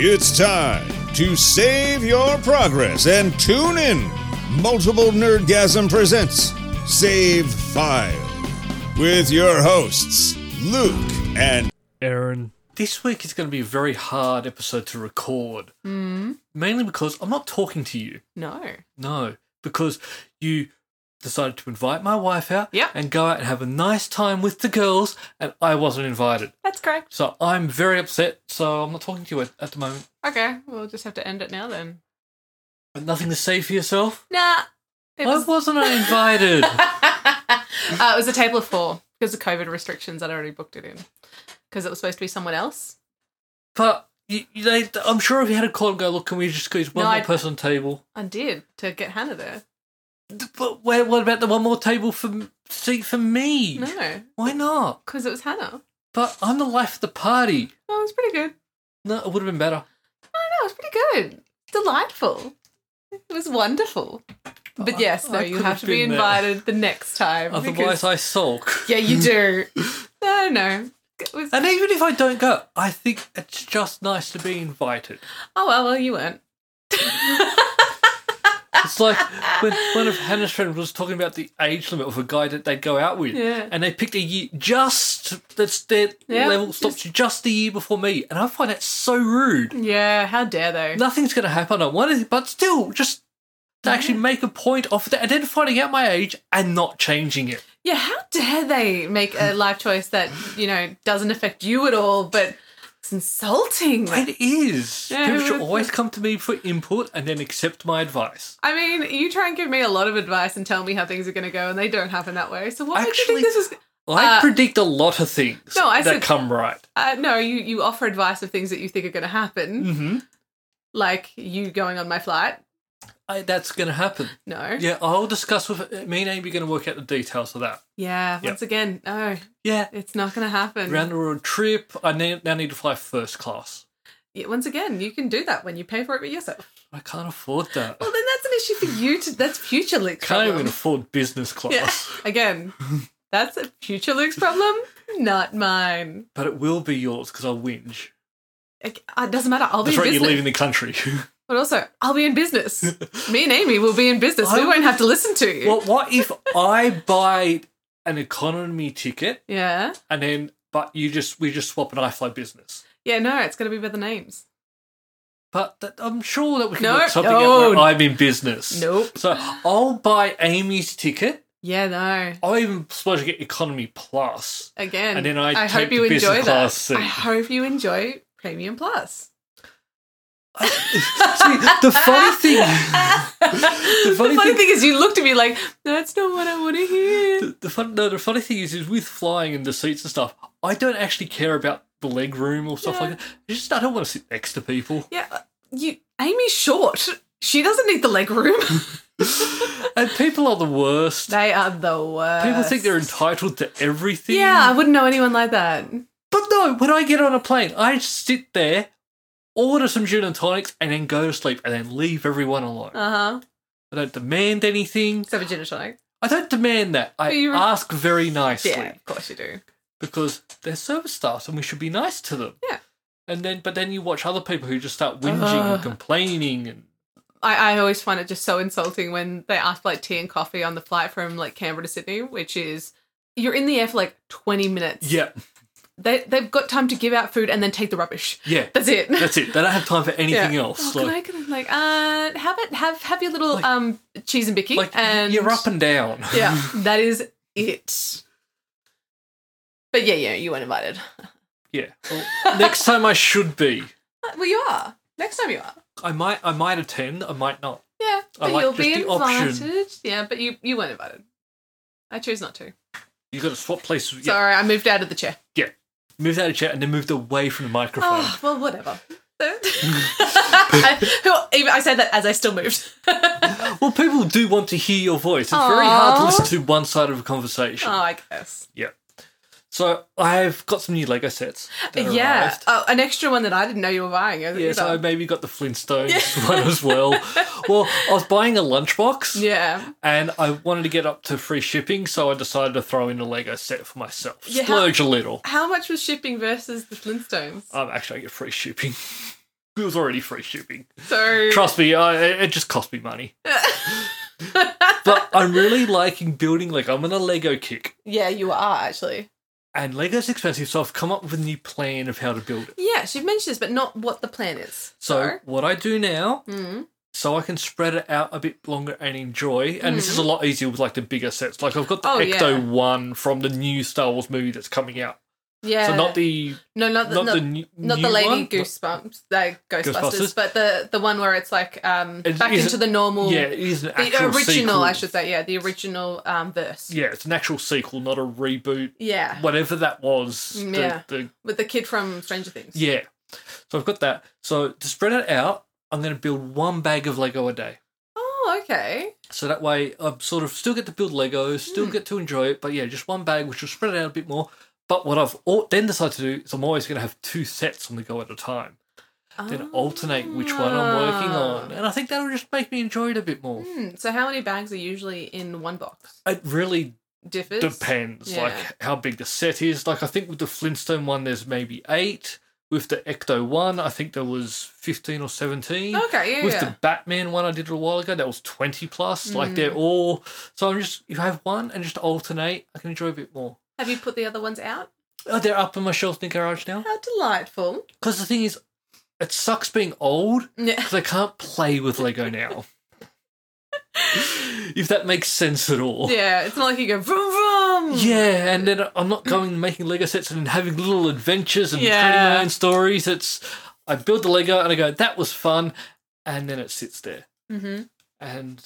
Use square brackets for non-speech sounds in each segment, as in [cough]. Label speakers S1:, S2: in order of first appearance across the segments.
S1: It's time to save your progress and tune in. Multiple Nerdgasm presents Save File with your hosts, Luke and
S2: Aaron.
S3: This week is going to be a very hard episode to record.
S4: Hmm.
S3: Mainly because I'm not talking to you.
S4: No.
S3: No, because you decided to invite my wife out
S4: Yep.
S3: and go out and have a nice time with the girls, and I wasn't invited.
S4: That's correct.
S3: So I'm very upset. So I'm not talking to you at, at the moment.
S4: Okay, we'll just have to end it now then.
S3: But nothing to say for yourself.
S4: Nah. It
S3: Why
S4: was,
S3: wasn't I
S4: [laughs]
S3: invited?
S4: uh, it was a table of four because of COVID restrictions. I'd already booked it in because it was supposed to be someone else.
S3: but you, you- they, I'm sure if you had a call and go, look, can we just squeeze one
S4: No,
S3: more
S4: I-
S3: person on the table?
S4: I did to get Hannah there.
S3: But where, what about the one more table for m- seat for me?
S4: No,
S3: Why not?
S4: because it was Hannah.
S3: But I'm the life of the party.
S4: Well, it was pretty good.
S3: No, it would have been better.
S4: I know, it was pretty good. Delightful. It was wonderful. But
S3: I-
S4: yes, no,
S3: I
S4: you
S3: could
S4: have
S3: have
S4: to be
S3: been there.
S4: invited the next time.
S3: Otherwise,
S4: because-
S3: I sulk. [laughs]
S4: yeah, you do. no, no. It was,
S3: And even if I don't go, I think it's just nice to be invited.
S4: oh well, well, you weren't.
S3: It's
S4: [laughs]
S3: like when one of Hannah's friends was talking about the age limit of a guy that they'd go out with.
S4: Yeah.
S3: And they picked a year just that's their
S4: Yeah,
S3: level stops you just the year before me. And I find that so rude.
S4: Yeah, how dare they?
S3: Nothing's gonna happen, I want it, but still just to actually make a point of that and then finding out my age and not changing it.
S4: Yeah, how dare they make a life choice that, you know, doesn't affect you at all, but it's insulting.
S3: It is.
S4: Yeah,
S3: People
S4: who
S3: should
S4: would've
S3: always come to me for input and then accept my advice.
S4: I mean, you try and give me a lot of advice and tell me how things are going to go, and they don't happen that way. So what makes you
S3: Actually-
S4: think this is?
S3: I
S4: Uh,
S3: predict a lot of things
S4: No, I
S3: that
S4: said-
S3: come right.
S4: Uh, no, you you offer advice of things that you think are going to happen,
S3: Mm-hmm.
S4: like you going on my flight.
S3: I, that's going to happen.
S4: No.
S3: Yeah, I'll discuss with me and Amy. Going to work out the details of that.
S4: Yeah, Once again, no,
S3: Yeah,
S4: it's not going to happen.
S3: round the world trip. I need, now need to fly first class.
S4: Yeah, Once again, you can do that when you pay for it with yourself.
S3: I can't afford that.
S4: Well, then that's an issue for you. To that's future Luke's
S3: Can't
S4: problem.
S3: even afford business class.
S4: Yeah. [laughs] Again, that's a future Luke's problem, not mine.
S3: But it will be yours because I'll whinge.
S4: It it uh, doesn't matter. I'll be
S3: That's
S4: in
S3: right. You're
S4: business.
S3: leaving the
S4: [laughs]
S3: country.
S4: But also, I'll be
S3: [laughs]
S4: in business. Me and Amy will be in business. we
S3: I
S4: won't have to listen to you.
S3: well, what if I buy an economy ticket
S4: yeah.
S3: and then, but you just we just swap and I fly business.
S4: Yeah, no, it's going to be by the names.
S3: But that, I'm sure that we can
S4: No,
S3: work something out
S4: no.
S3: where I'm in business.
S4: Nope.
S3: So I'll buy Amy's ticket.
S4: Yeah, no.
S3: I'll even suppose get economy
S4: [laughs]
S3: plus.
S4: Again,
S3: And then I take
S4: hope you
S3: the business
S4: enjoy
S3: class
S4: that.
S3: seat.
S4: I hope you enjoy
S3: [laughs]
S4: Premium Plus. [laughs]
S3: See, the funny thing,
S4: the
S3: funny
S4: funny,
S3: thing-
S4: thing, is, you looked at me like, that's not what I want to hear.
S3: [laughs] [laughs] the fun, no, the funny thing is, is with flying and the seats and stuff, I don't actually care about the leg room or stuff
S4: Yeah.
S3: like that. It's just I don't want to sit next to people.
S4: Yeah, uh, you. Amy's short. She doesn't need the leg
S3: [laughs]
S4: room.
S3: And people are the worst.
S4: they are the worst.
S3: People think they're entitled to everything.
S4: Yeah, I wouldn't know anyone like that.
S3: But no, when I get on a plane, I sit there, order some gin and tonics, and then go to sleep, and then leave everyone alone.
S4: Uh huh.
S3: I don't demand anything.
S4: Except for gin and tonic.
S3: I don't demand that. I
S4: But you-
S3: ask very nicely.
S4: Yeah, of course you do.
S3: because they're service staff and we should be nice to them.
S4: Yeah.
S3: And then, but then you watch other people who just start whinging and
S4: Ugh.
S3: complaining, and
S4: I, I always find it just so insulting when they ask for like tea and coffee on the flight from like Canberra to Sydney, which is you're in the air for like 20 minutes.
S3: yeah,
S4: They, they've got time to give out food and then take the rubbish.
S3: yeah,
S4: That's
S3: [laughs]
S4: it. [laughs]
S3: that's it. They don't have time for anything
S4: Yeah.
S3: else.
S4: Oh, can
S3: like,
S4: I, can I, like, uh, have it, have, have your little, um, cheese and bicky.
S3: like
S4: and
S3: you're up and down.
S4: yeah, that is it. But yeah, yeah, you weren't invited.
S3: [laughs] yeah.
S4: [laughs]
S3: Well, next time I should be.
S4: Uh, Well, you are. Next time you are.
S3: I might. I might attend. I might not.
S4: Yeah,
S3: I
S4: but
S3: like
S4: you'll be
S3: just the option.
S4: invited. Yeah, but you, you weren't invited. I choose not to.
S3: You got to swap places. Yeah.
S4: Sorry, I moved out of the chair.
S3: Yeah. Moved out of chair and then moved away from the microphone.
S4: Oh, well,
S3: [laughs]
S4: whatever. [laughs] Who, even, I said that as I
S3: [laughs]
S4: still moved. oh,
S3: Well, people do want to hear your voice. It's very hard to
S4: Aw.
S3: listen to one side of a conversation.
S4: I guess.
S3: Yeah. So I've got some new Lego sets. that
S4: Yeah.
S3: arrived.
S4: Oh, an extra one that I didn't know you were buying. Yes,
S3: Yeah, so I maybe got the Flintstones one as
S4: [laughs]
S3: well. Well, I was buying a lunchbox
S4: yeah.
S3: and I wanted to get up to free shipping, so I decided to throw in a Lego set for myself.
S4: Yeah.
S3: Splurge a little.
S4: How much was shipping versus the Flintstones?
S3: Um, actually, I get free shipping. [laughs] it was already free shipping.
S4: So
S3: Trust me, I, it it just cost me
S4: [laughs]
S3: money. But I'm really liking building, like, I'm on a Lego kick.
S4: yeah, you are actually.
S3: And Lego's expensive, so I've come up with a new plan of how to build it.
S4: Yeah, she mentioned this, but not what the plan is.
S3: So, what I do now,
S4: Mm.
S3: so I can spread it out a bit longer and enjoy, and this is a lot easier with, like, the bigger sets. Like, I've got the
S4: Mm-hmm. Oh, yeah.
S3: Ecto 1 from the new Star Wars movie that's coming out.
S4: Yeah.
S3: So, not the.
S4: no, not the,
S3: Not,
S4: not,
S3: the new,
S4: not the
S3: new
S4: lady
S3: one, but-
S4: goosebumps, the Ghostbusters,
S3: Ghostbusters.
S4: but the the one where it's like um
S3: It
S4: back
S3: is-
S4: into the normal,
S3: Yeah, it is an
S4: the
S3: actual
S4: original,
S3: sequel.
S4: I should say, yeah, the original um verse,
S3: Yeah, it's an actual sequel, not a reboot.
S4: yeah,
S3: Whatever that was. the-
S4: Mm, Yeah.
S3: the
S4: with the kid from Stranger Things.
S3: Yeah. So I've got that. So to spread it out, I'm going to build one bag of Lego a day.
S4: Oh, okay.
S3: So that way I sort of still get to build Lego, still
S4: Hmm.
S3: get to enjoy it, but yeah, just one bag, which will spread it out a bit more. But what I've al- then decided to do is I'm always going to have two sets on the go at a time. Then alternate which one I'm working on.
S4: Ah.
S3: And I think that'll just make me enjoy it a bit more.
S4: Hmm, So, how many bags are usually in one box?
S3: It really
S4: Differs.
S3: depends, like
S4: yeah.
S3: how big the set is. Like I think with the Flintstone one, there's maybe eight. With the Ecto one, I think there was 15 or 17.
S4: Okay, yeah,
S3: with
S4: yeah.
S3: the Batman one I did a while ago, that was twenty plus. Like
S4: Mm.
S3: they're all so I'm just you have one and just alternate. I can enjoy a bit more.
S4: Have you put the other ones out?
S3: Oh, they're up on my shelf in the garage now.
S4: How delightful. [laughs]
S3: Because the thing is, it sucks being old
S4: Yeah.
S3: because I can't play with Lego
S4: [laughs]
S3: now. if that makes sense at all.
S4: Yeah, it's not like you go vroom vroom.
S3: Oh. Yeah, and then I'm not going and making Lego sets and having little adventures and creating my
S4: Yeah.
S3: own stories. It's I build the Lego and I go, that was fun, and then it sits there.
S4: hmm
S3: And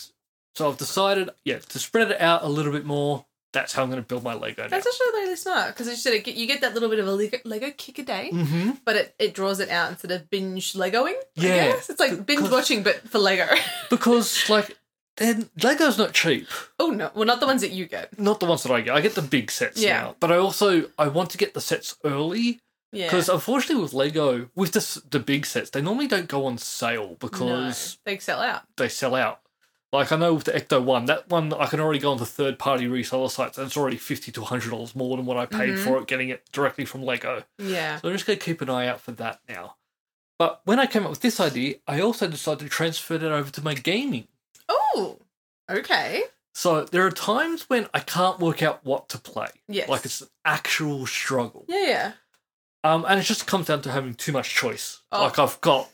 S3: so I've decided, yeah, to spread it out a little bit more. That's how I'm going to build my Lego now.
S4: That's actually really smart because you said it, get- you get that little bit of a Lego, Lego kick a day,
S3: mm-hmm.
S4: but it, it draws it out instead of binge Legoing. I
S3: Yeah.
S4: guess. it's like binge
S3: 'Cause-
S4: watching, but for Lego. [laughs]
S3: Because, like, then Lego's not cheap.
S4: oh no, well not the ones that you get.
S3: Not the ones that I get. I get the big sets
S4: Yeah.
S3: now. But I also, I want to get the sets early.
S4: Yeah,
S3: Because unfortunately with Lego, with the, s- the big sets, they normally don't go on sale because
S4: no, they sell out.
S3: they sell out. Like, I know with the Ecto 1, that one, I can already go onto third-party reseller sites and it's already 50 to $100 more than what I paid
S4: Mhm.
S3: for it getting it directly from Lego.
S4: Yeah.
S3: So I'm just going to keep an eye out for that now. But when I came up with this idea, I also decided to transfer it over to my gaming.
S4: Oh, okay.
S3: So there are times when I can't work out what to play.
S4: Yes.
S3: Like it's an actual struggle.
S4: Yeah, yeah.
S3: Um, and it just comes down to having too much choice.
S4: Oh.
S3: Like I've got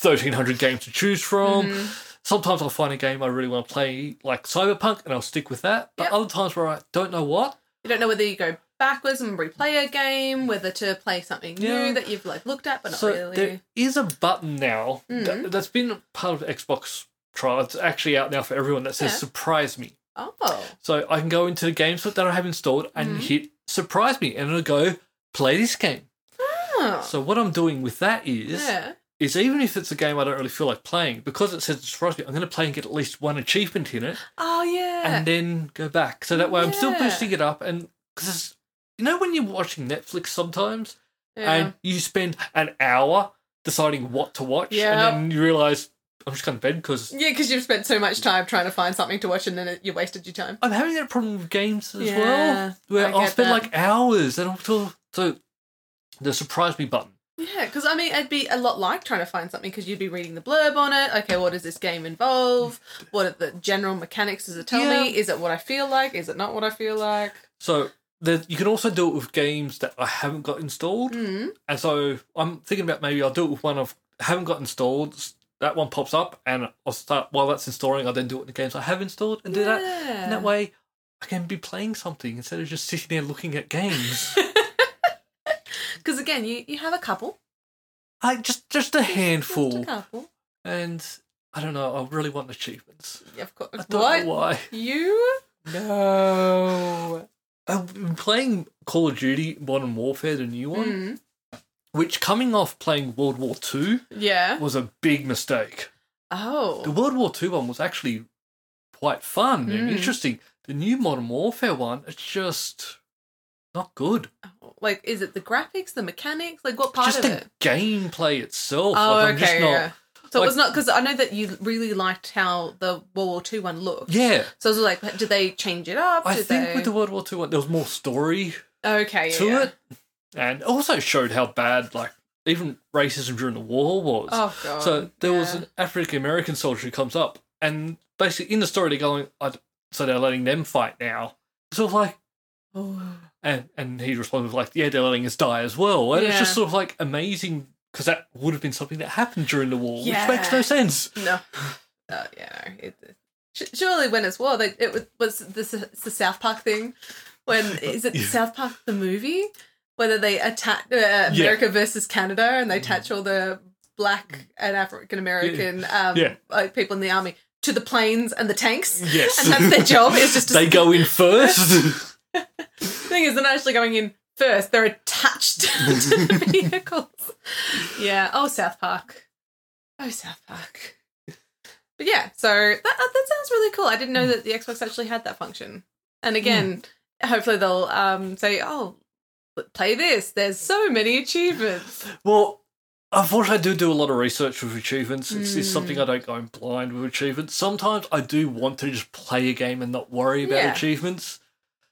S3: 1,300 games to choose from.
S4: Mhm.
S3: Sometimes I'll find a game I really want to play, like Cyberpunk, and I'll stick with that. But
S4: Yep.
S3: other times where I don't know what,
S4: You don't know whether you go backwards and replay a game, whether to play something
S3: Yeah.
S4: new that you've like looked at but not
S3: so
S4: really.
S3: there is a button now that,
S4: Mm.
S3: that's been part of Xbox trial. It's actually out now for everyone that says
S4: Yeah.
S3: "surprise me."
S4: Oh,
S3: So I can go into the games that I have installed and
S4: Mhm.
S3: hit "surprise me," and it'll go play this game.
S4: oh.
S3: So what I'm doing with that is,
S4: yeah.
S3: is even if it's a game I don't really feel like playing, because it says "surprise me," I'm going to play and get at least one achievement in it,
S4: Oh yeah.
S3: and then go back. So that way I'm still
S4: Yeah.
S3: boosting it up, and because you know when you're watching Netflix sometimes
S4: yeah.
S3: and you spend an hour deciding what to watch,
S4: Yeah.
S3: and then you realize I'm just going to bed because
S4: Yeah, because you've spent so much time trying to find something to watch and then it, you wasted your time.
S3: I'm having that problem with games as
S4: Yeah,
S3: well, where
S4: I
S3: I'll
S4: get
S3: spend
S4: that.
S3: like hours and I'll talk, so the surprise me button.
S4: Yeah, because I mean, it'd be a lot like trying to find something because you'd be reading the blurb on it. Okay, what does this game involve? What are the general mechanics? Does it tell me? Is it what I feel like? Is it not what I feel like?
S3: So the, you can also do it with games that I haven't got installed,
S4: Mm.
S3: and so I'm thinking about maybe I'll do it with one I've haven't got installed. s- That one pops up, and I'll start while that's installing. I'll then do it in the games I have installed and do that. And that way, I can be playing something instead of just sitting there looking at games.
S4: Because again, you, you have a couple.
S3: I just just a
S4: Just
S3: handful,
S4: a couple.
S3: and I don't know. I really want achievements.
S4: Of course.
S3: I don't
S4: What?
S3: know why.
S4: You? No.
S3: [laughs] I've been playing Call of Duty Modern Warfare, the new one,
S4: Mm.
S3: which coming off playing World War Two
S4: Yeah.
S3: was a big mistake. The
S4: Oh.
S3: World War Two one was actually quite fun and
S4: Mm.
S3: interesting. The new Modern Warfare one, it's just not good.
S4: Like, is it the graphics, the mechanics? Like, what part
S3: just
S4: of
S3: the
S4: it?
S3: gameplay itself.
S4: Oh,
S3: like, I'm
S4: okay,
S3: just not,
S4: yeah. So
S3: like-
S4: it was not because I know that you really liked how the World War Two one looked.
S3: Yeah,
S4: So I was like, did they change it up?
S3: I
S4: Did
S3: think
S4: they...
S3: with the World War Two one, there was more story
S4: okay yeah,
S3: to
S4: yeah.
S3: it, and also showed how bad like even racism during the war was.
S4: Oh, God,
S3: So there was
S4: yeah.
S3: an African American soldier who comes up, and basically in the story they're going, I, so they're letting them fight now. Sort of like,
S4: Oh.
S3: and and he responded like, yeah, they're letting us die as well. And it's
S4: Yeah.
S3: just sort of like amazing because that would have been something that happened during the war,
S4: Yeah.
S3: which makes no sense.
S4: No. Oh yeah. No. It, it- su- surely when it's war, they, it was, was this it's the South Park thing.
S3: [laughs]
S4: When is it
S3: Yeah.
S4: South Park the movie? Whether they attack uh, America versus Canada and
S3: Mm-hmm.
S4: they attach all the black and African American um,
S3: Yeah.
S4: like people in the army to the planes and the tanks.
S3: Yes.
S4: And that's their job.
S3: [laughs]
S4: It's just to
S3: They go in
S4: [laughs]
S3: first.
S4: the thing is, they're not actually going in first. They're attached [laughs] to the vehicles. Yeah. Oh, South Park. Oh, South Park. But yeah, so that uh, that sounds really cool. I didn't know that the Xbox actually had that function. And again, hopefully they'll um, say, "Oh, but play this. There's so many achievements."
S3: well, unfortunately, I do do a lot of research with achievements. It's, it's something
S4: Hmm.
S3: I don't go in blind with achievements. Sometimes I do want to just play a game and not worry about
S4: Yeah.
S3: achievements.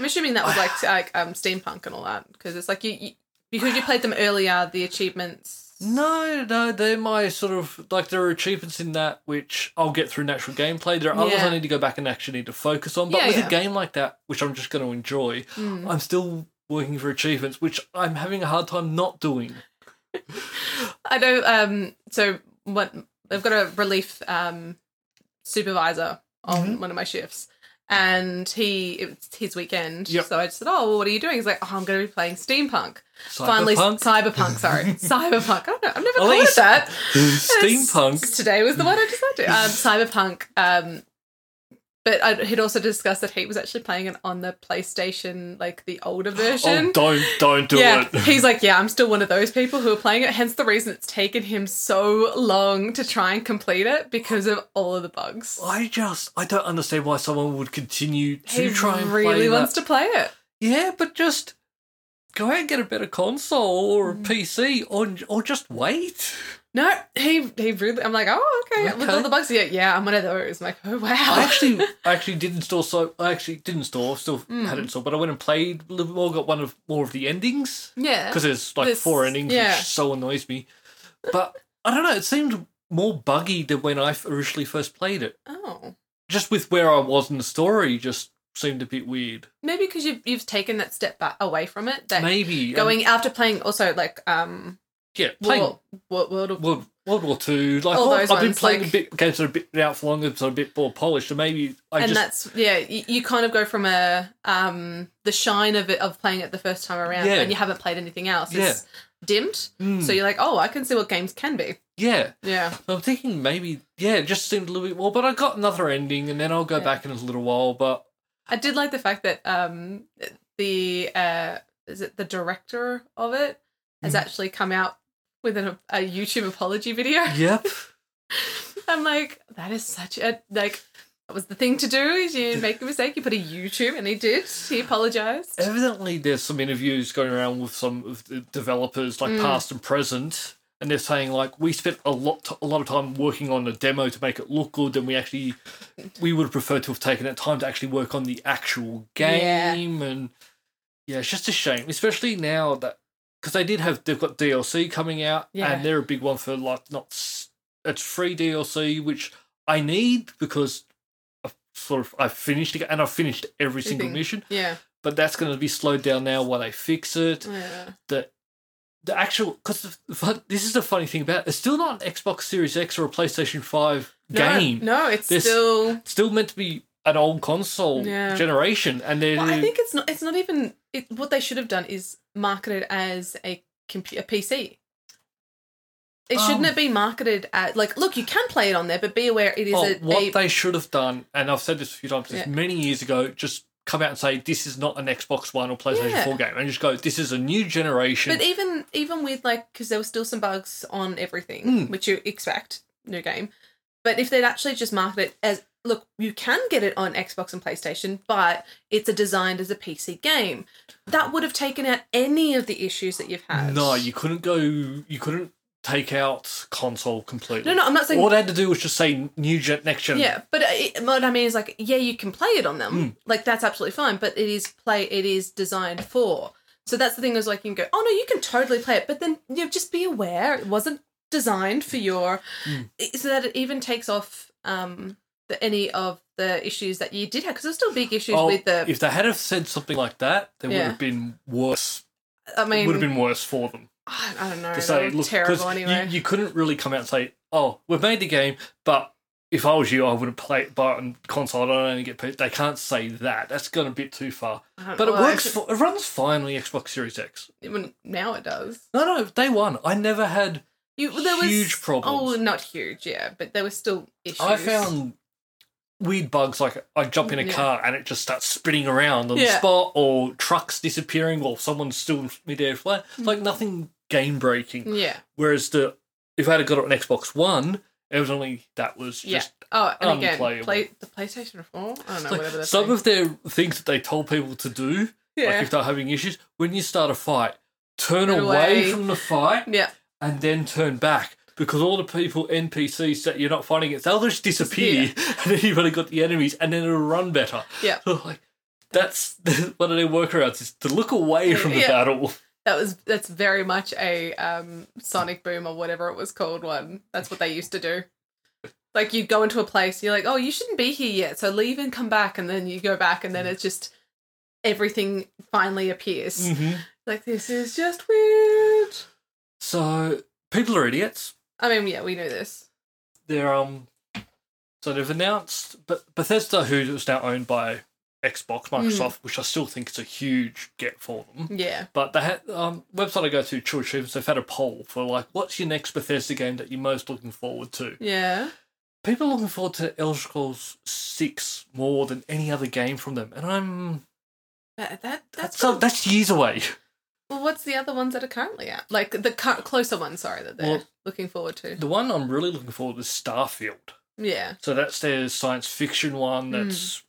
S4: I'm assuming that was like like um, steampunk and all that because it's like you, you because you played them earlier. The achievements.
S3: No, no, they're my sort of like there are achievements in that which I'll get through natural gameplay. There are others
S4: Yeah.
S3: I need to go back and actually need to focus on. But
S4: Yeah,
S3: with
S4: yeah.
S3: a game like that, which I'm just going to enjoy,
S4: Mm.
S3: I'm still working for achievements, which I'm having a hard time not doing.
S4: I know. Um, so what they've got a relief um, supervisor on
S3: Mm-hmm.
S4: one of my shifts, and he it's his weekend.
S3: Yep.
S4: So I just said, "Oh, well, what are you doing?" He's like, "Oh, I'm going to be playing steampunk." Finally,
S3: Cyberpunk, [laughs]
S4: cyberpunk. Sorry, cyberpunk. I don't know. I've never called it
S3: Elise.
S4: that.
S3: steampunk.
S4: [laughs] It's- Today was the one I
S3: [laughs]
S4: decided. Um, cyberpunk. Um, but I, he'd also discussed that he was actually playing it on the PlayStation, like the older
S3: [gasps]
S4: version.
S3: Oh, don't, don't do
S4: Yeah,
S3: it.
S4: he's like, yeah, I'm still one of those people who are playing it. Hence the reason it's taken him so long to try and complete it because of all of the bugs.
S3: I just I don't understand why someone would continue to
S4: He
S3: try and
S4: really
S3: play
S4: wants
S3: that.
S4: to play it.
S3: Yeah, but just go out and get a better console or
S4: Mm.
S3: a PC, or or just wait.
S4: No, he he really. I'm like, oh, okay. With
S3: Okay.
S4: all the bugs, yeah, yeah, I'm one of those. I'm like, oh wow.
S3: I actually I actually did install so I actually did install still had
S4: Mm.
S3: it installed, but I went and played a little more, got one of more of the endings
S4: [laughs] yeah,
S3: because there's like
S4: This-
S3: four endings,
S4: yeah.
S3: which so annoys me. But I don't know, it seemed more buggy than when I originally first played it.
S4: oh,
S3: Just with where I was in the story, just seemed a bit weird.
S4: maybe because you've you've taken that step back away from it. That
S3: Maybe and-
S4: going after playing also like um
S3: yeah, playing
S4: World, World, World of
S3: World, World War Two. Like
S4: All
S3: I've-
S4: those
S3: I've been
S4: ones,
S3: playing
S4: like-
S3: a bit games that are a bit out for longer, so a bit more polished. So maybe I
S4: and
S3: just
S4: that's yeah you, you kind of go from a um the shine of it of playing it the first time around
S3: Yeah.
S4: and you haven't played anything else is dimmed
S3: Mm.
S4: so you're like oh i can see what games can be
S3: yeah.
S4: yeah
S3: So I'm thinking maybe yeah, it just seemed a little bit more. But I got another ending, and then I'll go
S4: Yeah.
S3: back in a little while. But
S4: i did like the fact that um the uh is it the director of it has
S3: Mhm.
S4: actually come out with an, a youtube apology
S3: [laughs]
S4: video
S3: yep,
S4: i'm like that is such a like that was the thing to do is you make a mistake you put a youtube and he did he apologized
S3: Uh, evidently there's some interviews going around with some of the developers, like
S4: Mm.
S3: past and present. And they're saying like we spent a lot a lot of time working on a demo to make it look good, and we actually we would have preferred to have taken that time to actually work on the actual
S4: Yeah.
S3: game. And yeah, it's just a shame, especially now that because they did have they've got DLC coming out,
S4: Yeah.
S3: and they're a big one for like not s- it's free DLC, which I need because I've sort of I finished it and I've finished every single
S4: Everything.
S3: mission
S4: yeah
S3: but that's going to be slowed down now while they fix it.
S4: yeah
S3: The the actual because this is the funny thing about it, it's still not an Xbox Series X or a PlayStation Five
S4: No,
S3: game.
S4: No, it's
S3: This-
S4: still.
S3: It's still meant to be an old console
S4: Yeah.
S3: generation, and then
S4: Well, I think it's not. It's not even. It, what they should have done is marketed as a compu- a PC. It shouldn't
S3: Um.
S4: have been marketed as like, look, you can play it on there, but be aware it is
S3: oh,
S4: a,
S3: what
S4: a-
S3: they should have done, and I've said this a few times this
S4: Yeah.
S3: many years ago, just come out and say this is not an Xbox One or PlayStation
S4: Yeah.
S3: Four game, and just go this is a new generation.
S4: But even even with like, because there were still some bugs on everything,
S3: Mm.
S4: which you expect new game. But if they'd actually just marketed it as, look, you can get it on Xbox and PlayStation, but it's a designed as a PC game. That would have taken out any of the issues that you've had.
S3: no, you couldn't go. You couldn't take out console completely.
S4: No, no, I'm not saying
S3: All they had to do was just say new gen, next gen.
S4: Yeah, but uh, it, what I mean is
S3: Hmm.
S4: like, yeah, you can play it on them. Like that's absolutely fine, but it is play. It is designed for. So that's the thing is like you can go, oh no, you can totally play it, but then you know, just be aware it wasn't designed for your
S3: Hmm.
S4: i- so that it even takes off um the, any of the issues that you did have because there's still big issues
S3: Oh,
S4: with the
S3: if they had have said something like that, there would
S4: Yeah.
S3: have been worse.
S4: I
S3: It
S4: mean
S3: would have been worse for them
S4: I, I don't know,
S3: to
S4: they
S3: say,
S4: were
S3: "Look, 'cause
S4: terrible anyway.
S3: you, you couldn't really come out and say, "Oh, we've made the game," but if I was you, I wouldn't play it, but on console, I don't only get. They can't say that. That's gone a bit too far.
S4: I don't
S3: But it
S4: know, I
S3: works.
S4: should-
S3: For, it runs fine on the Xbox Series X.
S4: Well, now it does.
S3: No, no, day one. I never had.
S4: You, well, there was
S3: Huge problems.
S4: Oh, not huge, yeah, but there were still issues.
S3: I found weird bugs like I jump in a
S4: Yeah.
S3: car and it just starts spinning around on the
S4: Yeah.
S3: spot, or trucks disappearing, or someone's still midair flat. It's
S4: Mm.
S3: Like nothing game breaking.
S4: yeah,
S3: Whereas the if I had got it on Xbox One, it was only that was
S4: yeah.
S3: just
S4: oh, and again,
S3: unplayable.
S4: play, the PlayStation Four. I don't know, whatever.
S3: like,
S4: that's
S3: some of their things that they told people to do.
S4: yeah,
S3: Like if they're having issues, when you start a fight, turn
S4: Turn
S3: away.
S4: away.
S3: from the fight
S4: yeah.
S3: and then turn back. Because all the people NPCs that you're not fighting against, they'll just disappear, [laughs] and then you've only got the enemies, and then it'll run better.
S4: Yeah.
S3: So, like that's [laughs] one of their workarounds is to look away from the
S4: Yeah.
S3: battle.
S4: That was that's very much a um, Sonic Boom or whatever it was called one. That's what they used to do. Like you'd go into a place, you're like, oh, you shouldn't be here yet, so leave and come back, and then you go back, and then
S3: Mm.
S4: it's just everything finally appears.
S3: Mm.
S4: Like this is just weird.
S3: So people are idiots.
S4: I mean, yeah, we knew this.
S3: They're um. So they've announced, but Bethesda, who is now owned by Xbox,
S4: Mm.
S3: Microsoft, which I still think is a huge get for them.
S4: Yeah,
S3: But they had um, website I go to, True Achievements, they've had a poll for like, what's your next Bethesda game that you're most looking forward to?
S4: yeah.
S3: People are looking forward to Elder Scrolls Six more than any other game from them, and I'm
S4: That, that
S3: that's
S4: that's
S3: so, that's years away.
S4: well. What's the other ones that are currently out? Like the cu- closer ones, sorry, that they're
S3: Well-
S4: looking forward to.
S3: The one I'm really looking forward to is Starfield.
S4: Yeah,
S3: So that's their science fiction one.
S4: Mm.
S3: That's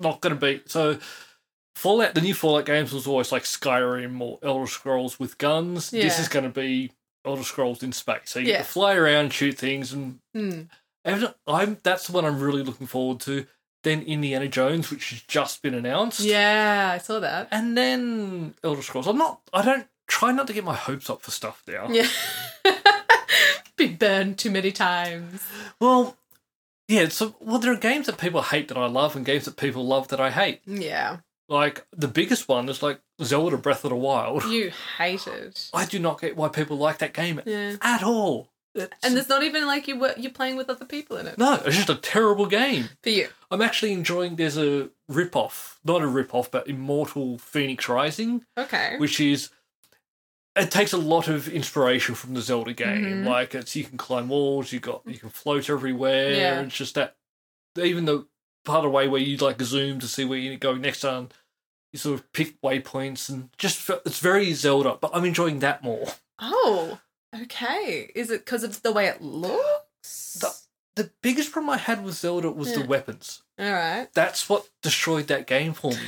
S3: not going to be so. Fallout, the new Fallout games was always like Skyrim or Elder Scrolls with guns. This
S4: Yeah.
S3: is going to be Elder Scrolls in space. So you
S4: Yeah.
S3: get to fly around, shoot things, and [sighs]
S4: mm.
S3: And I'm that's the one I'm really looking forward to. Then Indiana Jones, which has just been announced.
S4: yeah. I saw that.
S3: And then Elder Scrolls. I'm not I don't try not to get my hopes up for stuff now.
S4: Yeah. [laughs] Been burned too many times.
S3: Well yeah, so well there are games that people hate that I love and games that people love that I hate.
S4: Yeah.
S3: Like the biggest one is like Zelda Breath of the Wild. [laughs]
S4: You hated.
S3: I do not get why people like that game
S4: Yeah.
S3: at all. It's-
S4: And it's not even like you were you're playing with other people in it.
S3: no, it's just a terrible game.
S4: For you.
S3: I'm actually enjoying there's a rip off, not a rip off, but Immortal Phoenix Rising.
S4: Okay.
S3: which is it takes a lot of inspiration from the Zelda game.
S4: Mhm.
S3: Like it's you can climb walls, you got you can float everywhere.
S4: Yeah.
S3: It's just that even the part of the way where you like zoom to see where you go next time, you sort of pick waypoints and just fe- it's very Zelda. But I'm enjoying that more.
S4: oh. Okay. Is it because of the way it looks?
S3: The biggest problem I had with Zelda was the
S4: Yeah.
S3: weapons.
S4: All right.
S3: That's what destroyed that game for
S4: [laughs]
S3: me.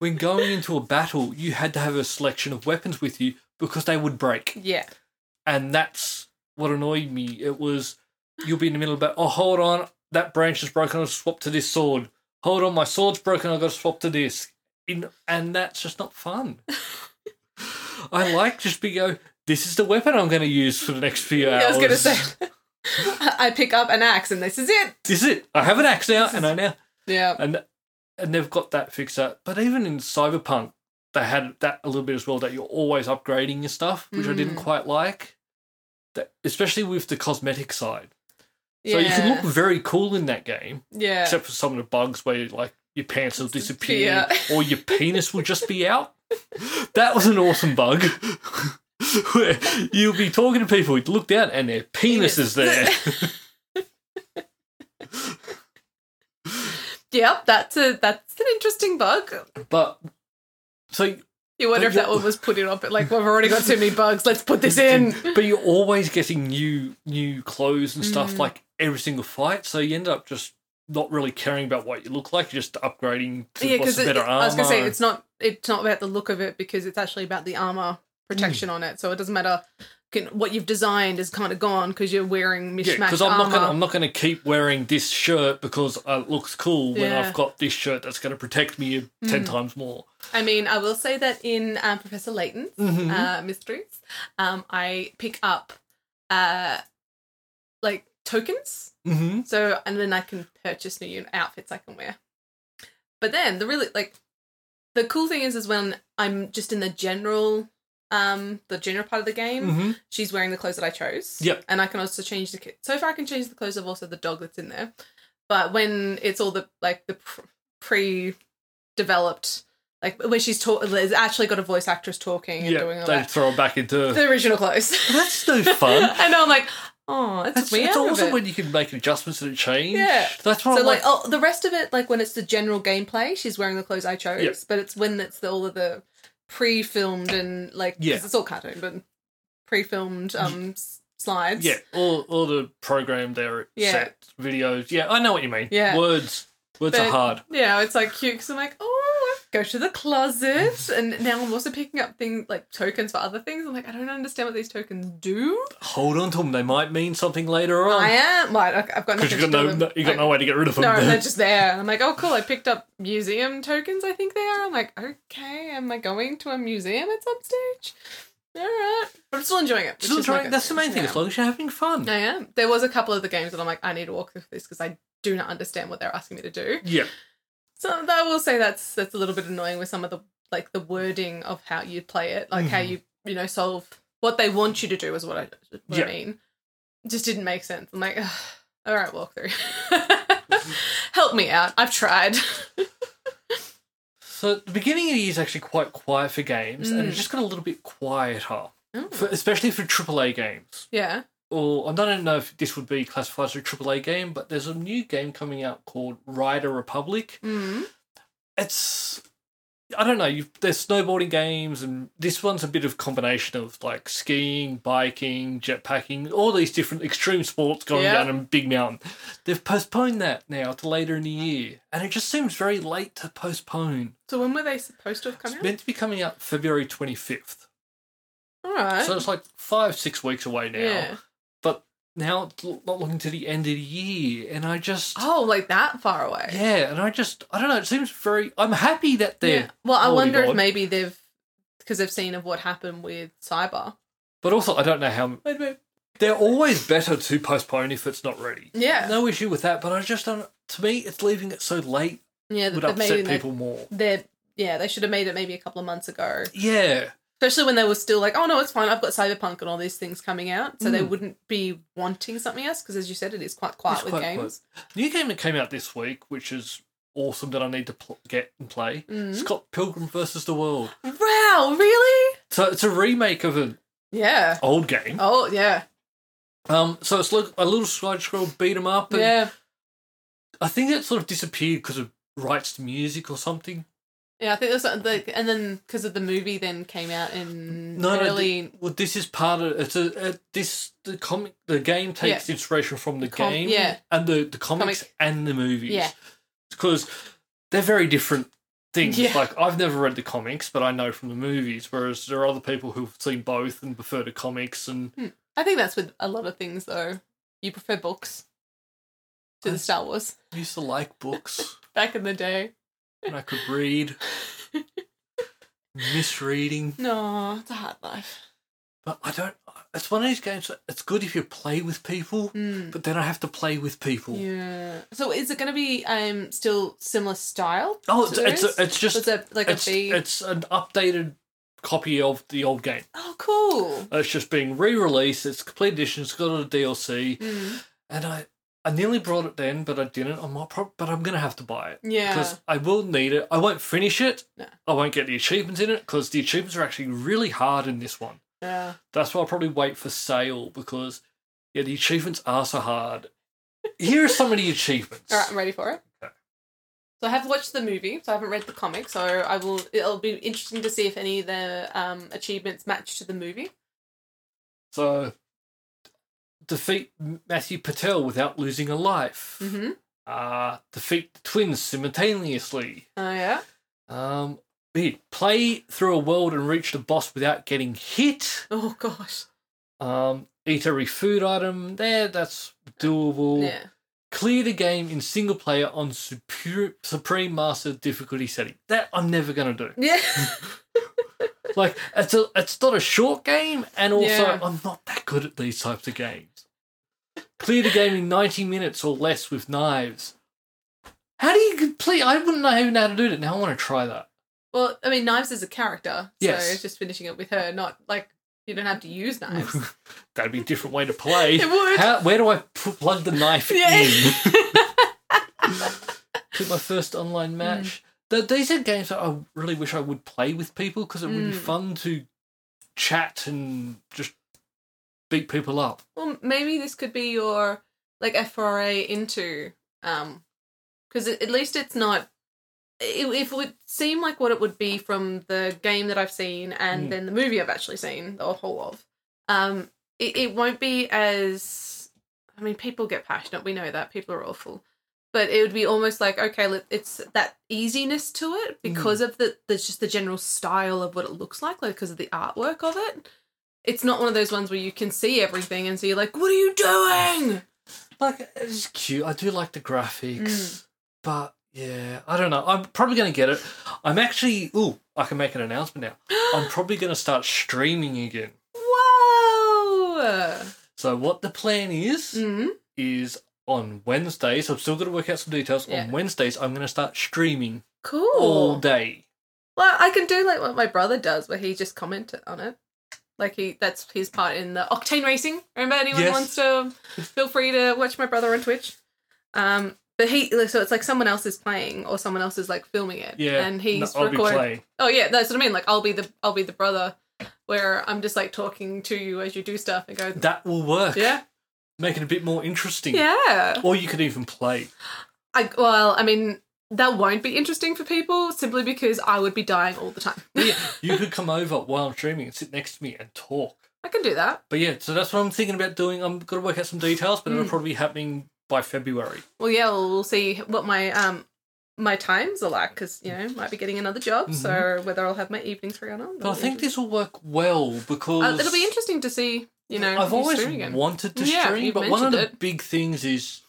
S3: When going into a battle, you had to have a selection of weapons with you because they would break.
S4: Yeah.
S3: and that's what annoyed me. It was you'll be in the middle of about oh hold on, that branch is broken, I'll swap to this sword. Hold on, my sword's broken, I've got to swap to this. In, and that's just not
S4: [laughs]
S3: fun. I like just be go, this is the weapon I'm gonna use for the next few hours.
S4: I was gonna say. [laughs] I pick up an axe and this is it.
S3: This is it. I have an axe now and I now
S4: Yeah.
S3: and and they've got that fixed up. But even in Cyberpunk, they had that a little bit as well that you're always upgrading your stuff, which I didn't
S4: Mm.
S3: quite like. That, especially with the cosmetic side.
S4: yeah.
S3: So you can look very cool in that game,
S4: Yeah.
S3: except for some of the bugs where like your pants will disappear
S4: disappear.
S3: or your penis will just be out. That was an awesome bug. Where you'll be talking to people, you look down and their penis is there.
S4: [laughs] yep. That's a that's an interesting bug.
S3: But so
S4: You
S3: But
S4: wonder
S3: you're-
S4: if that one was put in on, but like we've already got so many bugs. Let's put
S3: [laughs]
S4: this in.
S3: but you're always getting new new clothes and
S4: Mm.
S3: stuff like every single fight, so you end up just not really caring about what you look like, you're just upgrading to
S4: yeah,
S3: what's
S4: because
S3: a better armor.
S4: I was gonna say
S3: Hmm.
S4: it's not it's not about the look of it because it's actually about the armor protection on it. So it doesn't matter can, what you've designed is kind of gone because you're wearing
S3: Yeah,
S4: mishmash
S3: because I'm
S4: armor.
S3: not gonna I'm not gonna keep wearing this shirt because uh, it looks cool when
S4: Yeah. Mm.
S3: I've got this shirt that's gonna protect me ten times more.
S4: I mean, I will say that in um, Professor Layton's
S3: Mm-hmm.
S4: uh, mysteries, um, I pick up uh, like tokens.
S3: Mm-hmm.
S4: So, and then I can purchase new un- outfits I can wear. But then the really like the cool thing is is when I'm just in the general um the general part of the game,
S3: Mm-hmm.
S4: she's wearing the clothes that I chose.
S3: Yep.
S4: And I can also change the ki- so far I can change the clothes of also the dog that's in there. But when it's all the like the pr- pre-developed like where she's talk, there's actually got a voice actress talking and doing
S3: Yeah,
S4: all
S3: they
S4: that.
S3: throw it back into.
S4: the original clothes.
S3: That's no
S4: [laughs]
S3: fun.
S4: I know. I'm like, oh, that's,
S3: That's,
S4: weird.
S3: it's awesome when you can make adjustments and it change.
S4: Yeah.
S3: That's what
S4: So
S3: I'm like.
S4: like, oh, the rest of it, like when it's the general gameplay, she's wearing the clothes I chose.
S3: Yeah.
S4: But it's when it's the, all of the pre-filmed and like, 'cause
S3: Yeah.
S4: it's all cartoon, but pre-filmed um s- slides.
S3: yeah, all, all the programmed there,
S4: Yeah.
S3: set videos. Yeah, I know what you mean.
S4: Yeah.
S3: Words. Words
S4: But-
S3: are hard.
S4: you know, it's like cute because I'm like, oh, go to
S3: [laughs]
S4: the closet, and now I'm also picking up things like tokens for other things. I'm like, I don't understand what these tokens do.
S3: Hold on to them. They might mean something later on.
S4: I am like, okay, I've got
S3: Oh. Because you've
S4: nothing. to
S3: got no,
S4: do
S3: no
S4: with-
S3: you got no way to get rid of them.
S4: No,
S3: [laughs]
S4: they're just there. I'm like, oh, cool. I picked up museum tokens. I think they are. I'm like, okay. Am I going to a museum at some stage? All right, but I'm still enjoying it. which
S3: Still
S4: is my
S3: trying-
S4: good
S3: that's the main thing.
S4: Yeah.
S3: As long as you're having fun.
S4: I am. There was a couple of the games that I'm like, I need to walk through this because I do not understand what they're asking me to do.
S3: Yeah.
S4: So I will say that's that's a little bit annoying with some of the like the wording of how you play it, like how
S3: Mm-hmm.
S4: you you know solve what they want you to do is what I what
S3: Yeah.
S4: I mean. Just didn't make sense. I'm like, "Ugh, all right, walkthrough.
S3: Mm-hmm.
S4: [laughs] Help me out. I've tried. [laughs]
S3: So the beginning of the year is actually quite quiet for games, and it just got a little bit quieter, for, especially for AAA games.
S4: yeah.
S3: Or I don't know if this would be classified as a AAA game, but there's a new game coming out called Rider Republic.
S4: Mm.
S3: It's I don't know. You've, there's snowboarding games, and this one's a bit of combination of like skiing, biking, jetpacking, all these different extreme sports going
S4: Yeah.
S3: down a big mountain. They've postponed that now to later in the year, and it just seems very late to postpone.
S4: So when were they supposed to have come
S3: It's
S4: out?
S3: meant to be coming out February 25th.
S4: All right.
S3: So it's like five, six weeks away now.
S4: Oh. yeah.
S3: But now it's l- not looking to the end of the year. And I just.
S4: Oh, like that far away.
S3: Yeah. And I just. I don't know. It seems very. I'm happy that they're.
S4: Yeah. Well, I
S3: Oh my
S4: wonder if
S3: God.
S4: maybe they've because they've seen of what happened with cyber.
S3: But also, I don't know how. They're always better to postpone if it's not ready.
S4: Yeah.
S3: No issue with that. But I just don't. To me, it's leaving it so late
S4: Yeah.
S3: would
S4: that maybe
S3: upset
S4: they-
S3: people more.
S4: they're yeah, they should have made it maybe a couple of months ago.
S3: Yeah.
S4: Especially when they were still like, oh no, it's fine. I've got Cyberpunk and all these things coming out, so they wouldn't be wanting something else because, as you said, it is quite quiet
S3: Mm. It's
S4: with
S3: quite
S4: games.
S3: quiet. New game that came out this week, which is awesome that I need to pl- get and play.
S4: Mhm.
S3: Scott Pilgrim versus the World.
S4: Wow, really?
S3: So it's a remake of an
S4: Yeah.
S3: old game.
S4: Oh yeah,
S3: Um, so it's like a little side scroll beat 'em up, and
S4: yeah,
S3: I think it sort of disappeared because of rights to music or something.
S4: yeah. I think there's something like, and then because of the movie, then came out in
S3: No, no,
S4: early.
S3: thi- well, this is part of it's a, a this the comic the game takes inspiration from the,
S4: com-
S3: game,
S4: yeah.
S3: and the the comics
S4: Comic.
S3: and the movies,
S4: Yeah.
S3: because they're very different things.
S4: Yeah.
S3: Like I've never read the comics, but I know from the movies, whereas there are other people who've seen both and prefer the comics and
S4: I think that's with a lot of things though. You prefer books to the Star Wars
S3: I used to like books
S4: back in the day.
S3: and I could read. Misreading.
S4: No, it's a hard life.
S3: But I don't. It's one of these games. that- It's good if you play with people,
S4: Mm.
S3: but then I have to play with people.
S4: Yeah. So is it going to be um still similar style?
S3: Oh,
S4: to
S3: it's it's,
S4: this?
S3: a, it's just
S4: Was it like
S3: it's,
S4: a B?
S3: it's an updated copy of the old game.
S4: oh, cool.
S3: It's just being re-released. It's a complete edition. It's got a DLC,
S4: Mm.
S3: and I I nearly brought it then, but I didn't. I might, prob- but I'm gonna have to buy it.
S4: Yeah.
S3: Because I will need it. I won't finish it.
S4: No.
S3: I won't get the achievements in it because the achievements are actually really hard in this one.
S4: Yeah.
S3: That's why I'll probably wait for sale because yeah, the achievements are so hard. Here are some of the achievements.
S4: All right, I'm ready for it.
S3: Okay.
S4: So I have watched the movie, so I haven't read the comic. So I will. It'll be interesting to see if any of the um, achievements match to the movie.
S3: So defeat Matthew Patel without losing a life.
S4: Mm-hmm.
S3: Uh, defeat the twins simultaneously.
S4: Oh yeah.
S3: Um, be- play through a world and reach the boss without getting hit.
S4: Oh gosh.
S3: Um, eatery food item there. That's doable.
S4: Yeah.
S3: Clear the game in single player on superior, supreme master difficulty setting. That I'm never gonna do.
S4: Yeah. [laughs]
S3: Like it's a, it's not a short game, and also
S4: Yeah.
S3: I'm not that good at these types of games. Clear the game in 90 minutes or less with knives. How do you complete? I wouldn't know even how to do that. Now I want to try that.
S4: well, I mean, Knives is a character.
S3: Yes.
S4: So it's just finishing it with her, not like you don't have
S3: [laughs]
S4: to use knives.
S3: That'd be a different way to play.
S4: [laughs] It would.
S3: How, where do I pu- plug the knife in
S4: yeah. [laughs]
S3: to my first
S4: Mm.
S3: online match? Th- these are games that I really wish I would play with people because it would be
S4: Mm.
S3: fun to chat and just beat people up.
S4: Well, maybe this could be your like a foray into um because at least it's not it, it would seem like what it would be from the game that I've seen and
S3: Mm.
S4: then the movie I've actually seen the whole of um it, it won't be as I mean people get passionate we know that people are awful but it would be almost like okay let- it's that easiness to it because of the there's just the general style of what it looks like like because of the artwork of it it's not one of those ones where you can see everything and so you're like, what are you doing?
S3: Like
S4: uh,
S3: it's cute. I do like the graphics,
S4: Mm.
S3: but yeah, I don't know. I'm probably going to get it. I'm actually. Ooh, I can make an announcement
S4: [gasps]
S3: now. I'm probably going to start streaming again.
S4: Whoa!
S3: So what the plan is?
S4: Mm.
S3: is on Wednesdays. I've still got to work out some details.
S4: Yeah.
S3: On Wednesdays, I'm going to start streaming
S4: Cool.
S3: all day.
S4: Well, I can do like what my brother does, where he just commented on it. Like he, that's his part in the Octane Racing. Remember, anyone
S3: Yes.
S4: wants to, feel free to watch my brother on Twitch. Um, but he, so it's like someone else is playing or someone else is like filming it,
S3: Yeah,
S4: and he's
S3: No, I'll be
S4: recording.
S3: playing.
S4: Oh yeah, that's what I mean. Like I'll be the, I'll be the brother, where I'm just like talking to you as you do stuff and go,
S3: That will work.
S4: yeah,
S3: make it a bit more interesting.
S4: yeah.
S3: Or you could even play.
S4: I well, I mean, that won't be interesting for people simply because I would be dying all the time.
S3: Yeah, you could come over while I'm streaming and sit next to me and talk.
S4: [laughs] I can do that.
S3: But yeah, so that's what I'm thinking about doing. I'm going to work out some details, but
S4: Hmm.
S3: it'll probably be happening by February.
S4: Well, yeah, we'll, we'll see what my um my times are like because you know might be getting another job, so whether I'll have my evenings free or not.
S3: Mm-hmm. But I think this will work well because
S4: uh, it'll be interesting to see. You know,
S3: I've
S4: you
S3: always
S4: stream again.
S3: wanted to
S4: Yeah,
S3: stream,
S4: you've
S3: but one of
S4: mentioned
S3: the
S4: it.
S3: big things is,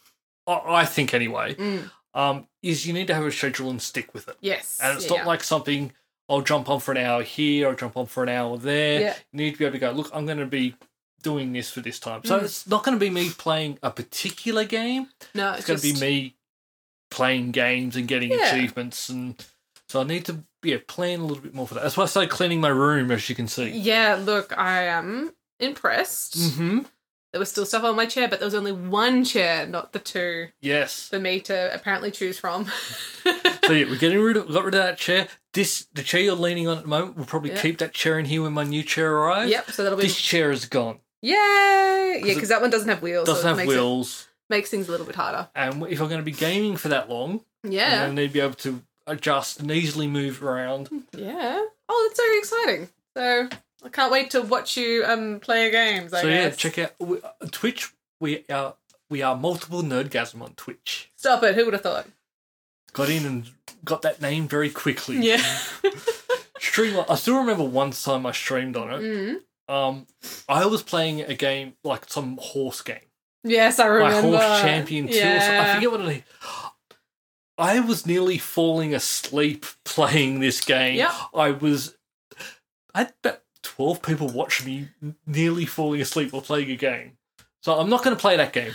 S3: I I think anyway,
S4: Mm,
S3: um, is you need to have a schedule and stick with it.
S4: yes,
S3: And it's
S4: yeah.
S3: not like something I'll jump on for an hour here, I'll jump on for an hour there.
S4: Yeah.
S3: You need to be able to go, look, I'm going to be doing this for this time. So
S4: Mm.
S3: it's not going to be me playing a particular game.
S4: no,
S3: It's
S4: it's,
S3: going to be
S4: just-
S3: me playing games and getting
S4: Yeah.
S3: achievements. And so I need to yeah, plan a little bit more for that. That's why I started cleaning my room, as you can see.
S4: Yeah, look, I am impressed.
S3: Mm-hmm.
S4: There was still stuff on my chair, but there was only one chair, not the two,
S3: Yes.
S4: for me to apparently choose from. [laughs]
S3: So yeah, we're getting rid of got rid of that chair. This the chair you're leaning on at the moment. We'll probably
S4: Yeah.
S3: keep that chair in here when my new chair arrives.
S4: yep, so that'll be
S3: This chair is gone.
S4: Yay! Yeah,
S3: 'Cause it
S4: because that one doesn't have wheels.
S3: Doesn't
S4: so it
S3: have
S4: makes it-
S3: wheels.
S4: makes things a little bit harder.
S3: And if I'm going to be gaming for that long,
S4: Yeah.
S3: I'm going to need to be able to adjust and easily move around.
S4: yeah. Oh, that's so exciting. So I can't wait to watch you um play games. I
S3: so yeah,
S4: guess.
S3: check out we, uh, Twitch. We are we are multiple nerdgasm on Twitch.
S4: Stop it! Who would
S3: [laughs]
S4: have thought?
S3: Got in and got that name very quickly.
S4: Yeah.
S3: Stream. I still remember one time I streamed on it.
S4: mm.
S3: Um, I was playing a game like some horse game.
S4: Yes, I
S3: my
S4: remember.
S3: horse champion too. Or something. I
S4: Yeah.
S3: forget what it is. I was nearly falling asleep playing this game.
S4: Yep.
S3: I was. I had about 12 people watch me nearly falling asleep while playing a game. So I'm not going to play that game.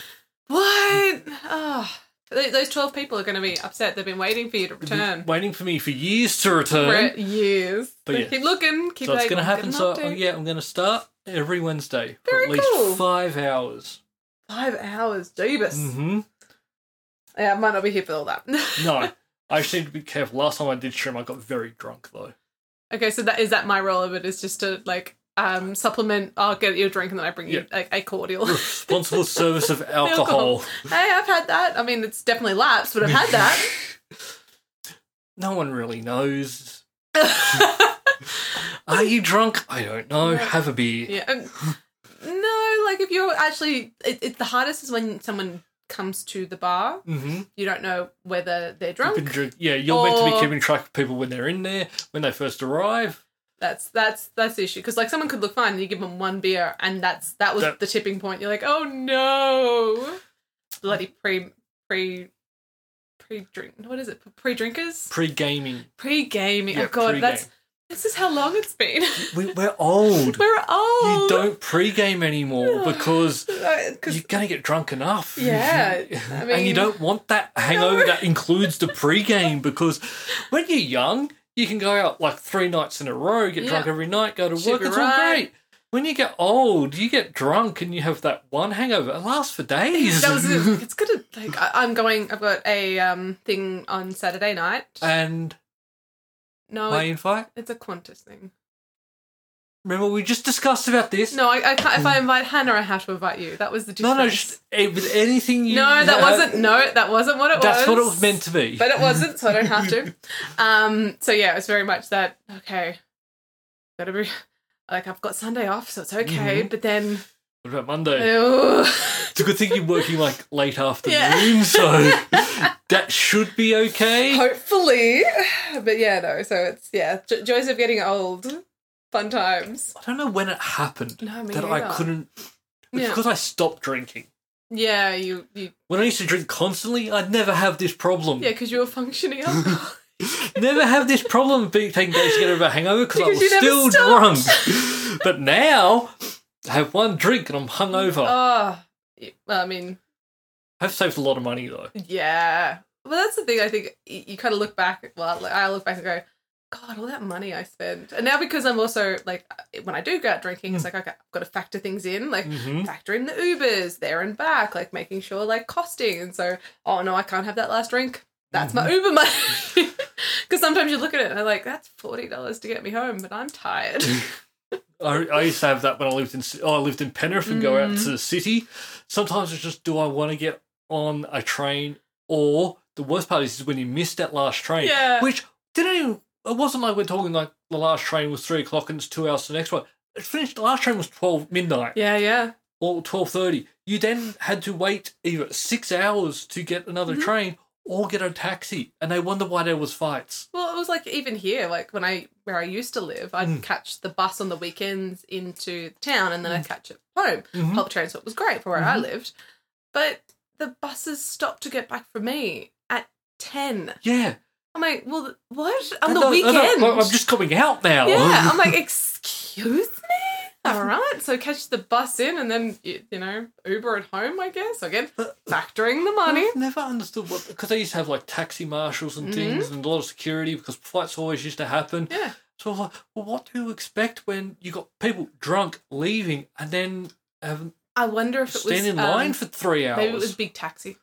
S4: What? Oh, Th- those twelve people are going to be upset. They've been waiting for you to
S3: They've been
S4: return
S3: Waiting for me for years to
S4: for
S3: return.
S4: years.
S3: But yes.
S4: Keep looking. Keep
S3: So it's
S4: like,
S3: going to happen.
S4: get an
S3: So oh,
S4: update.
S3: yeah, I'm going to start every Wednesday for
S4: Very
S3: at least
S4: cool.
S3: five hours.
S4: Five hours, Jeebus.
S3: hmm
S4: Yeah, I might not be here for all that. [laughs]
S3: No, I just need to be careful. Last time I did stream, I got very drunk
S4: [laughs]
S3: though.
S4: Okay, so that is that my role of it is just to like um supplement. I'll get you a drink and then I bring you like
S3: [laughs]
S4: a cordial. [laughs] hey,
S3: Responsible service of alcohol.
S4: Alcohol. I've had that. I mean, it's definitely lapsed, but I've had
S3: [laughs] No one really knows.
S4: that.
S3: Are you drunk? I don't know.
S4: No.
S3: Have a beer.
S4: [laughs] yeah. um, No, like if you're actually, it, it, the hardest is when someone comes to the bar.
S3: Mm-hmm.
S4: You don't know whether they're
S3: You can
S4: drunk.
S3: drink. Yeah, you're meant to be
S4: Or-
S3: keeping track of people when they're in there, when they first arrive.
S4: That's that's that's the issue because like someone could look fine and you give them one beer and that's that was
S3: That-
S4: the tipping point. You're like, oh no, bloody pre pre pre drink. What is it? Pre drinkers?
S3: Pre gaming.
S4: Pre gaming.
S3: Yeah,
S4: oh god,
S3: pre-game.
S4: that's this is how long it's
S3: [laughs]
S4: been.
S3: We, we're old.
S4: [laughs] We're old.
S3: you don't pre game
S4: [sighs]
S3: anymore because
S4: because
S3: you're going to get drunk enough. [laughs]
S4: Yeah, I
S3: and you
S4: mean-
S3: don't want that hangover
S4: No. [laughs]
S3: that includes the pre-game because when you're young, you can go out like three nights in a row, get drunk
S4: Yeah.
S3: every night, go to
S4: Should
S3: work.
S4: be
S3: It's all
S4: right.
S3: great. When you get old, you get drunk and you have that one hangover. It lasts for days.
S4: [laughs] that was it. It's gonna like I, I'm going. I've got a um thing on Saturday night.
S3: [laughs] and
S4: no,
S3: Uh, my invite.
S4: it's a Qantas thing.
S3: Remember, we just discussed about this.
S4: No, I, I can't. If I invite Hannah, I have to invite you. That was the
S3: no,
S4: difference.
S3: no. Just, it was anything you.
S4: No, that
S3: uh,
S4: wasn't. No, that wasn't what it was.
S3: That's what it was meant to be.
S4: But it wasn't, so I don't
S3: [laughs]
S4: have to. Um. So yeah, it was very much that. Okay, gotta be. Like I've got Sunday off, so it's okay.
S3: Mm-hmm.
S4: But then,
S3: what about Monday?
S4: oh,
S3: It's a good thing you're working like late afternoon,
S4: Yeah.
S3: [laughs] so
S4: [laughs]
S3: that should be okay.
S4: hopefully. But yeah, no. So it's yeah, jo- joys of getting old, fun times.
S3: I don't know when it happened
S4: No, me
S3: that I
S4: neither.
S3: couldn't. It's
S4: Yeah.
S3: because I stopped drinking.
S4: Yeah, you you
S3: When I used to drink constantly, I'd never have this problem.
S4: yeah, because you were functioning
S3: Oh.
S4: alcohol.
S3: [laughs] Never have this problem of being taking days to get over a hangover because I was
S4: Because
S3: still
S4: you never [laughs]
S3: drunk. but now, I have one drink and I'm hungover.
S4: oh, y- well, I mean,
S3: I've saved a lot of money though.
S4: yeah. Well, that's the thing. I think y- you kind of look back. Well, like, I look back and go, God, all that money I spent. And now because I'm also like, when I do go out drinking, it's like okay, I've got to factor things in, like
S3: Mhm.
S4: factor in the Ubers there and back, like making sure like costing. And so, oh no, I can't have that last drink. That's my Uber money. [laughs] Because sometimes you look at it and I'm like, that's forty dollars to get me home, but I'm tired.
S3: I, I used to have that when I lived in Sy- oh, I lived in Penrith and go out
S4: Mm.
S3: to the city. Sometimes it's just do I want to get on a train or the worst part is, is when you miss that last train,
S4: Yeah.
S3: which didn't even it wasn't like we're talking like the last train was three o'clock and it's two hours to the next one. It finished. The last train was twelve midnight
S4: yeah, yeah.
S3: or twelve thirty. You then had to wait either six hours to get another
S4: Mm-hmm.
S3: train or get a taxi, and they wonder why there was fights.
S4: Well, it was like even here, like when I where I used to live, I'd
S3: Mm.
S4: catch the bus on the weekends into town, and then
S3: Mm.
S4: I'd catch it home.
S3: Mhm.
S4: Public transport was great for where
S3: Mm-hmm.
S4: I lived, but the buses stopped to get back for me at ten.
S3: Yeah,
S4: I'm like, well, what on
S3: No,
S4: the
S3: no,
S4: weekend?
S3: no, I'm just coming out now. [laughs]
S4: yeah, I'm like, excuse me. All right, so catch the bus in, and then you, you know Uber at home, I guess. Again, factoring the money.
S3: I've never understood what because they used to have like taxi marshals
S4: Mm-hmm.
S3: and things and a lot of security because fights always used to happen.
S4: Yeah.
S3: So I was like, well, what do you expect when you got people drunk leaving and then having
S4: I wonder if it was
S3: stand in line
S4: um,
S3: for three hours?
S4: maybe it was big taxi.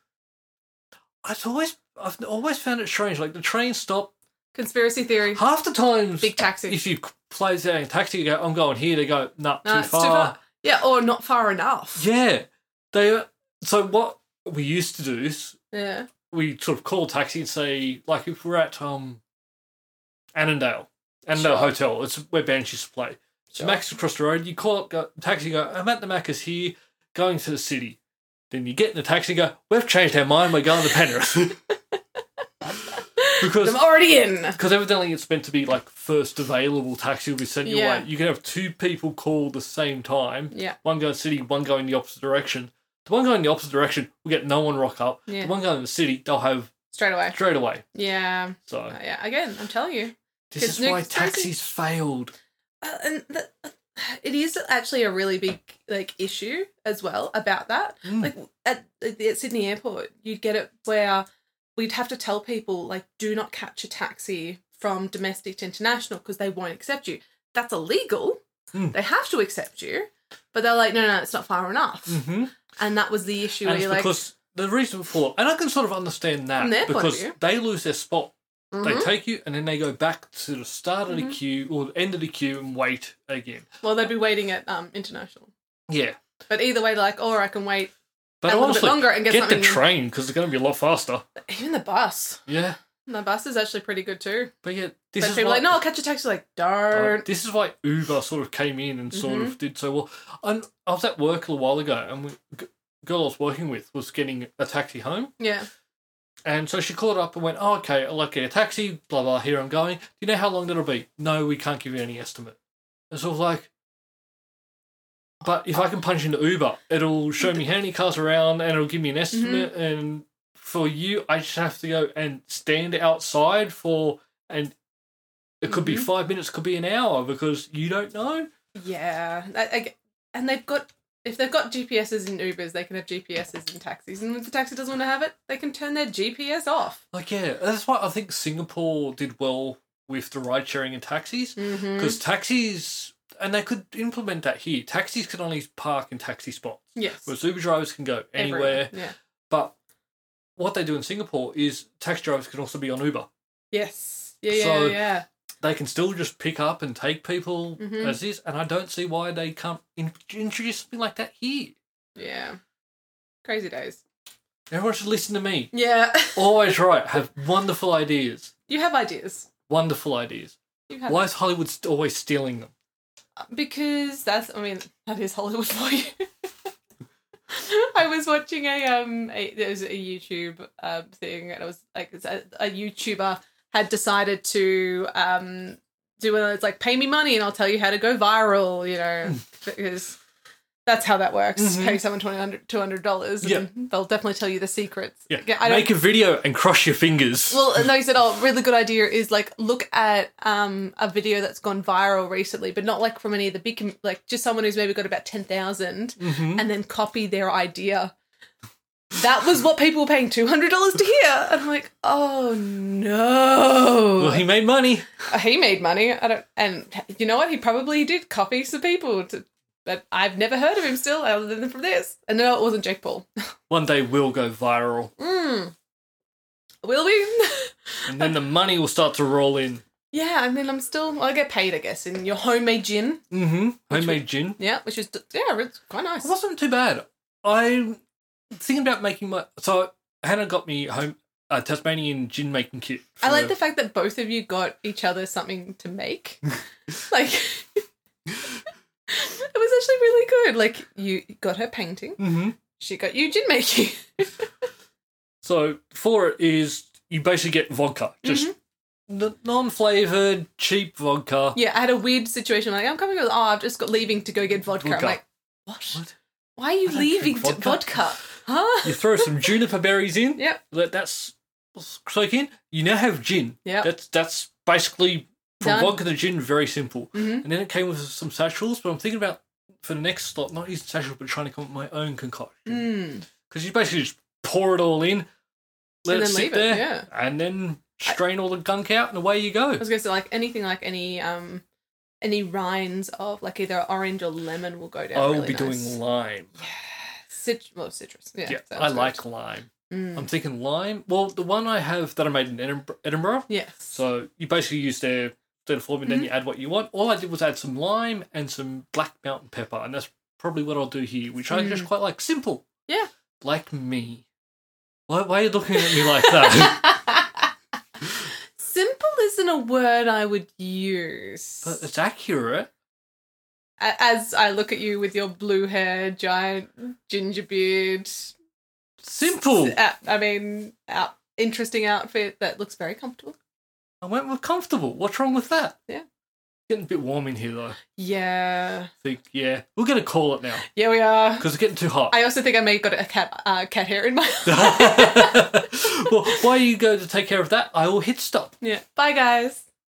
S3: It's always I've always found it strange. Like the train stop
S4: Conspiracy theory.
S3: half the times.
S4: Big taxi.
S3: If you play down a taxi, you go, I'm going here. They go, nah,
S4: No,
S3: too,
S4: it's
S3: far.
S4: Yeah, or not far enough.
S3: Yeah. They. So what we used to do is
S4: Yeah.
S3: we sort of call a taxi and say, like, if we're at um, Annandale, Annandale
S4: Sure.
S3: Hotel, it's where bands used to play. So Max is across the road. You call up, go, taxi, go, I'm at the Macca's here, going to the city. Then you get in the taxi and go, we've changed our mind, we're going to Penrith. [laughs] because
S4: I'm already in.
S3: because evidently it's meant to be like first available taxi will be sent your
S4: Yeah.
S3: way. You can have two people call the same time.
S4: Yeah.
S3: One going to the city, one going the opposite direction. The one going the opposite direction will get no one rock up.
S4: Yeah.
S3: The one going to the city, they'll have
S4: Straight away.
S3: straight away.
S4: Yeah.
S3: So
S4: Uh, yeah. Again, I'm telling you.
S3: this
S4: It's
S3: is why
S4: next taxi.
S3: taxis failed.
S4: Uh, and the, it is actually a really big like issue as well about that.
S3: Mm.
S4: Like at, at Sydney Airport, you'd get it where we'd have to tell people like, do not catch a taxi from domestic to international because they won't accept you. That's illegal.
S3: Mm.
S4: They have to accept you, but they're like, no, no, it's not far enough.
S3: Mm-hmm.
S4: Mm. And that was the issue.
S3: And
S4: where
S3: it's
S4: you're like,
S3: because the reason for, and I can sort of understand that
S4: From their point of
S3: because
S4: view.
S3: they lose their spot. They
S4: Mhm.
S3: take you and then they go back to the start of
S4: Mm-hmm.
S3: the queue or the end of the queue and wait again.
S4: well, they'd be waiting at um international.
S3: Yeah.
S4: But either way, like, or I can wait
S3: But
S4: A little bit
S3: honestly,
S4: longer and
S3: get,
S4: get
S3: the
S4: something-
S3: train because it's going to be a lot faster.
S4: even the bus.
S3: Yeah.
S4: The bus is actually pretty good too.
S3: But yeah,
S4: But
S3: this is
S4: people
S3: why,
S4: are like, no, I'll catch a taxi. Like,
S3: uh,
S4: darn.
S3: this is why Uber sort of came in and sort
S4: Mm-hmm.
S3: of did so well. And I was at work a little while ago, and we, g- girl I was working with was getting a taxi home,
S4: Yeah.
S3: And so she called up and went, oh, okay, I'll like, get a taxi, blah, blah, here I'm going. Do you know how long that'll be? No, we can't give you any estimate. And so I was like, but if I can punch into Uber, it'll show me how many cars around and it'll give me an estimate. And for you, I just have to go and stand outside for, and it could be
S4: Mhm.
S3: five minutes, could be an hour because you don't know.
S4: Yeah, I- I g- and they've got if they've got GPSs in Ubers, they can have GPSs in taxis, and if the taxi doesn't want to have it, they can turn their GPS off.
S3: Like, yeah, that's why I think Singapore did well with the ride sharing and taxis.
S4: Mm-hmm.
S3: because taxis and they could implement that here. Taxis can only park in taxi spots,
S4: Yes,
S3: whereas Uber drivers can go anywhere.
S4: everywhere. Yeah.
S3: But what they do in Singapore is taxi drivers can also be on Uber.
S4: Yes. Yeah. Yeah.
S3: So-
S4: yeah.
S3: They can still just pick up and take people
S4: Mhm.
S3: as is, and I don't see why they can't in- introduce something like that here.
S4: Yeah. Crazy days.
S3: Everyone should listen to me.
S4: Yeah. [laughs]
S3: Always right. Have wonderful ideas.
S4: you have ideas.
S3: Wonderful ideas.
S4: You have
S3: Why is Hollywood st- always stealing them?
S4: because that's I mean that is Hollywood for you. [laughs] I was watching a um a, there was a YouTube um thing and it was like it's a, a YouTuber had decided to um do one of those like pay me money and I'll tell you how to go viral
S3: [laughs]
S4: you know because that's how that works
S3: Mhm.
S4: pay someone 200 dollars and
S3: Yeah.
S4: they'll definitely tell you the secrets
S3: Yeah.
S4: I don't
S3: Make a video and cross your fingers.
S4: well, and they said, "Oh, really good idea is like look at um a video that's gone viral recently, but not like from any of the big com- like just someone who's maybe got about ten
S3: Mhm.
S4: and then copy their idea." That was what people were paying two hundred dollars to hear, and I'm like, "Oh no!" Uh,
S3: well, he made money.
S4: he made money. I don't, and you know what? He probably did copy some people to, that I've never heard of him still, other than from this. And no, it wasn't Jake Paul.
S3: One day will go viral.
S4: Mm. Will we? [laughs]
S3: and then the money will start to roll in.
S4: Yeah, I mean, I'm still. I get paid, I guess, in your homemade gin.
S3: Mm-hmm. Homemade gin.
S4: Yeah, which is yeah, it's quite nice.
S3: It wasn't too bad. I'm thinking about making my. So Hannah got me home a Tasmanian gin making kit.
S4: I like
S3: for-
S4: the fact that both of you got each other something to
S3: [laughs]
S4: make. like, [laughs] it was actually really good. Like, you got her painting.
S3: Mhm.
S4: She got you gin making. [laughs]
S3: So for it is you basically get vodka, just n- non-flavored, cheap vodka.
S4: Mm-hmm. yeah, I had a weird situation. Like, I'm coming. with- Oh, I've just got leaving to go get vodka.
S3: Vodka.
S4: I'm like, what?
S3: What?
S4: Why are you
S3: don't drink
S4: leaving to
S3: vodka.
S4: vodka?
S3: [laughs]
S4: Huh?
S3: You throw
S4: [laughs]
S3: some juniper berries in.
S4: Yep.
S3: Let that s- soak in. You now have gin.
S4: Yep.
S3: That's that's basically from
S4: Done.
S3: vodka to gin, very simple.
S4: Mhm.
S3: And then it came with some satchels, but I'm thinking about for the next slot, not using satchels, but trying to come up with my own concoction.
S4: Mm.
S3: Because you basically just pour it all in, let
S4: And
S3: it
S4: then
S3: sit
S4: leave it,
S3: there,
S4: yeah.
S3: and then strain all the gunk out, and away you go.
S4: I was going to say like anything like any um any rinds of like either orange or lemon will go down.
S3: I will
S4: really
S3: be
S4: nice.
S3: doing lime.
S4: Cit- well, citrus. Yeah,
S3: Yeah,
S4: sounds
S3: I
S4: good.
S3: like lime.
S4: Mm.
S3: I'm thinking lime. Well, the one I have that I made in Edinburgh, Edinburgh
S4: Yes.
S3: So you basically use their their form and
S4: Mm-hmm.
S3: then you add what you want. All I did was add some lime and some black mountain pepper, and that's probably what I'll do here, which I just quite like. Simple.
S4: Mm. Yeah.
S3: Like me. Why, why are you looking at me like
S4: [laughs]
S3: that?
S4: [laughs] Simple isn't a word I would use.
S3: but it's accurate.
S4: A- As I look at you with your blue hair, giant ginger beard.
S3: Simple.
S4: Uh, I mean, out, interesting outfit that looks very comfortable.
S3: I went with comfortable. What's wrong with that?
S4: Yeah.
S3: Getting a bit warm in here though. I
S4: Yeah.
S3: think, yeah. We're going to call it now
S4: Yeah, we are.
S3: because it's getting too [laughs] hot.
S4: I also think I may have got a cat, uh, cat hair
S3: [laughs]
S4: in my
S3: well, while you go to take care of that, I will hit stop.
S4: [laughs] Yeah. Bye, guys.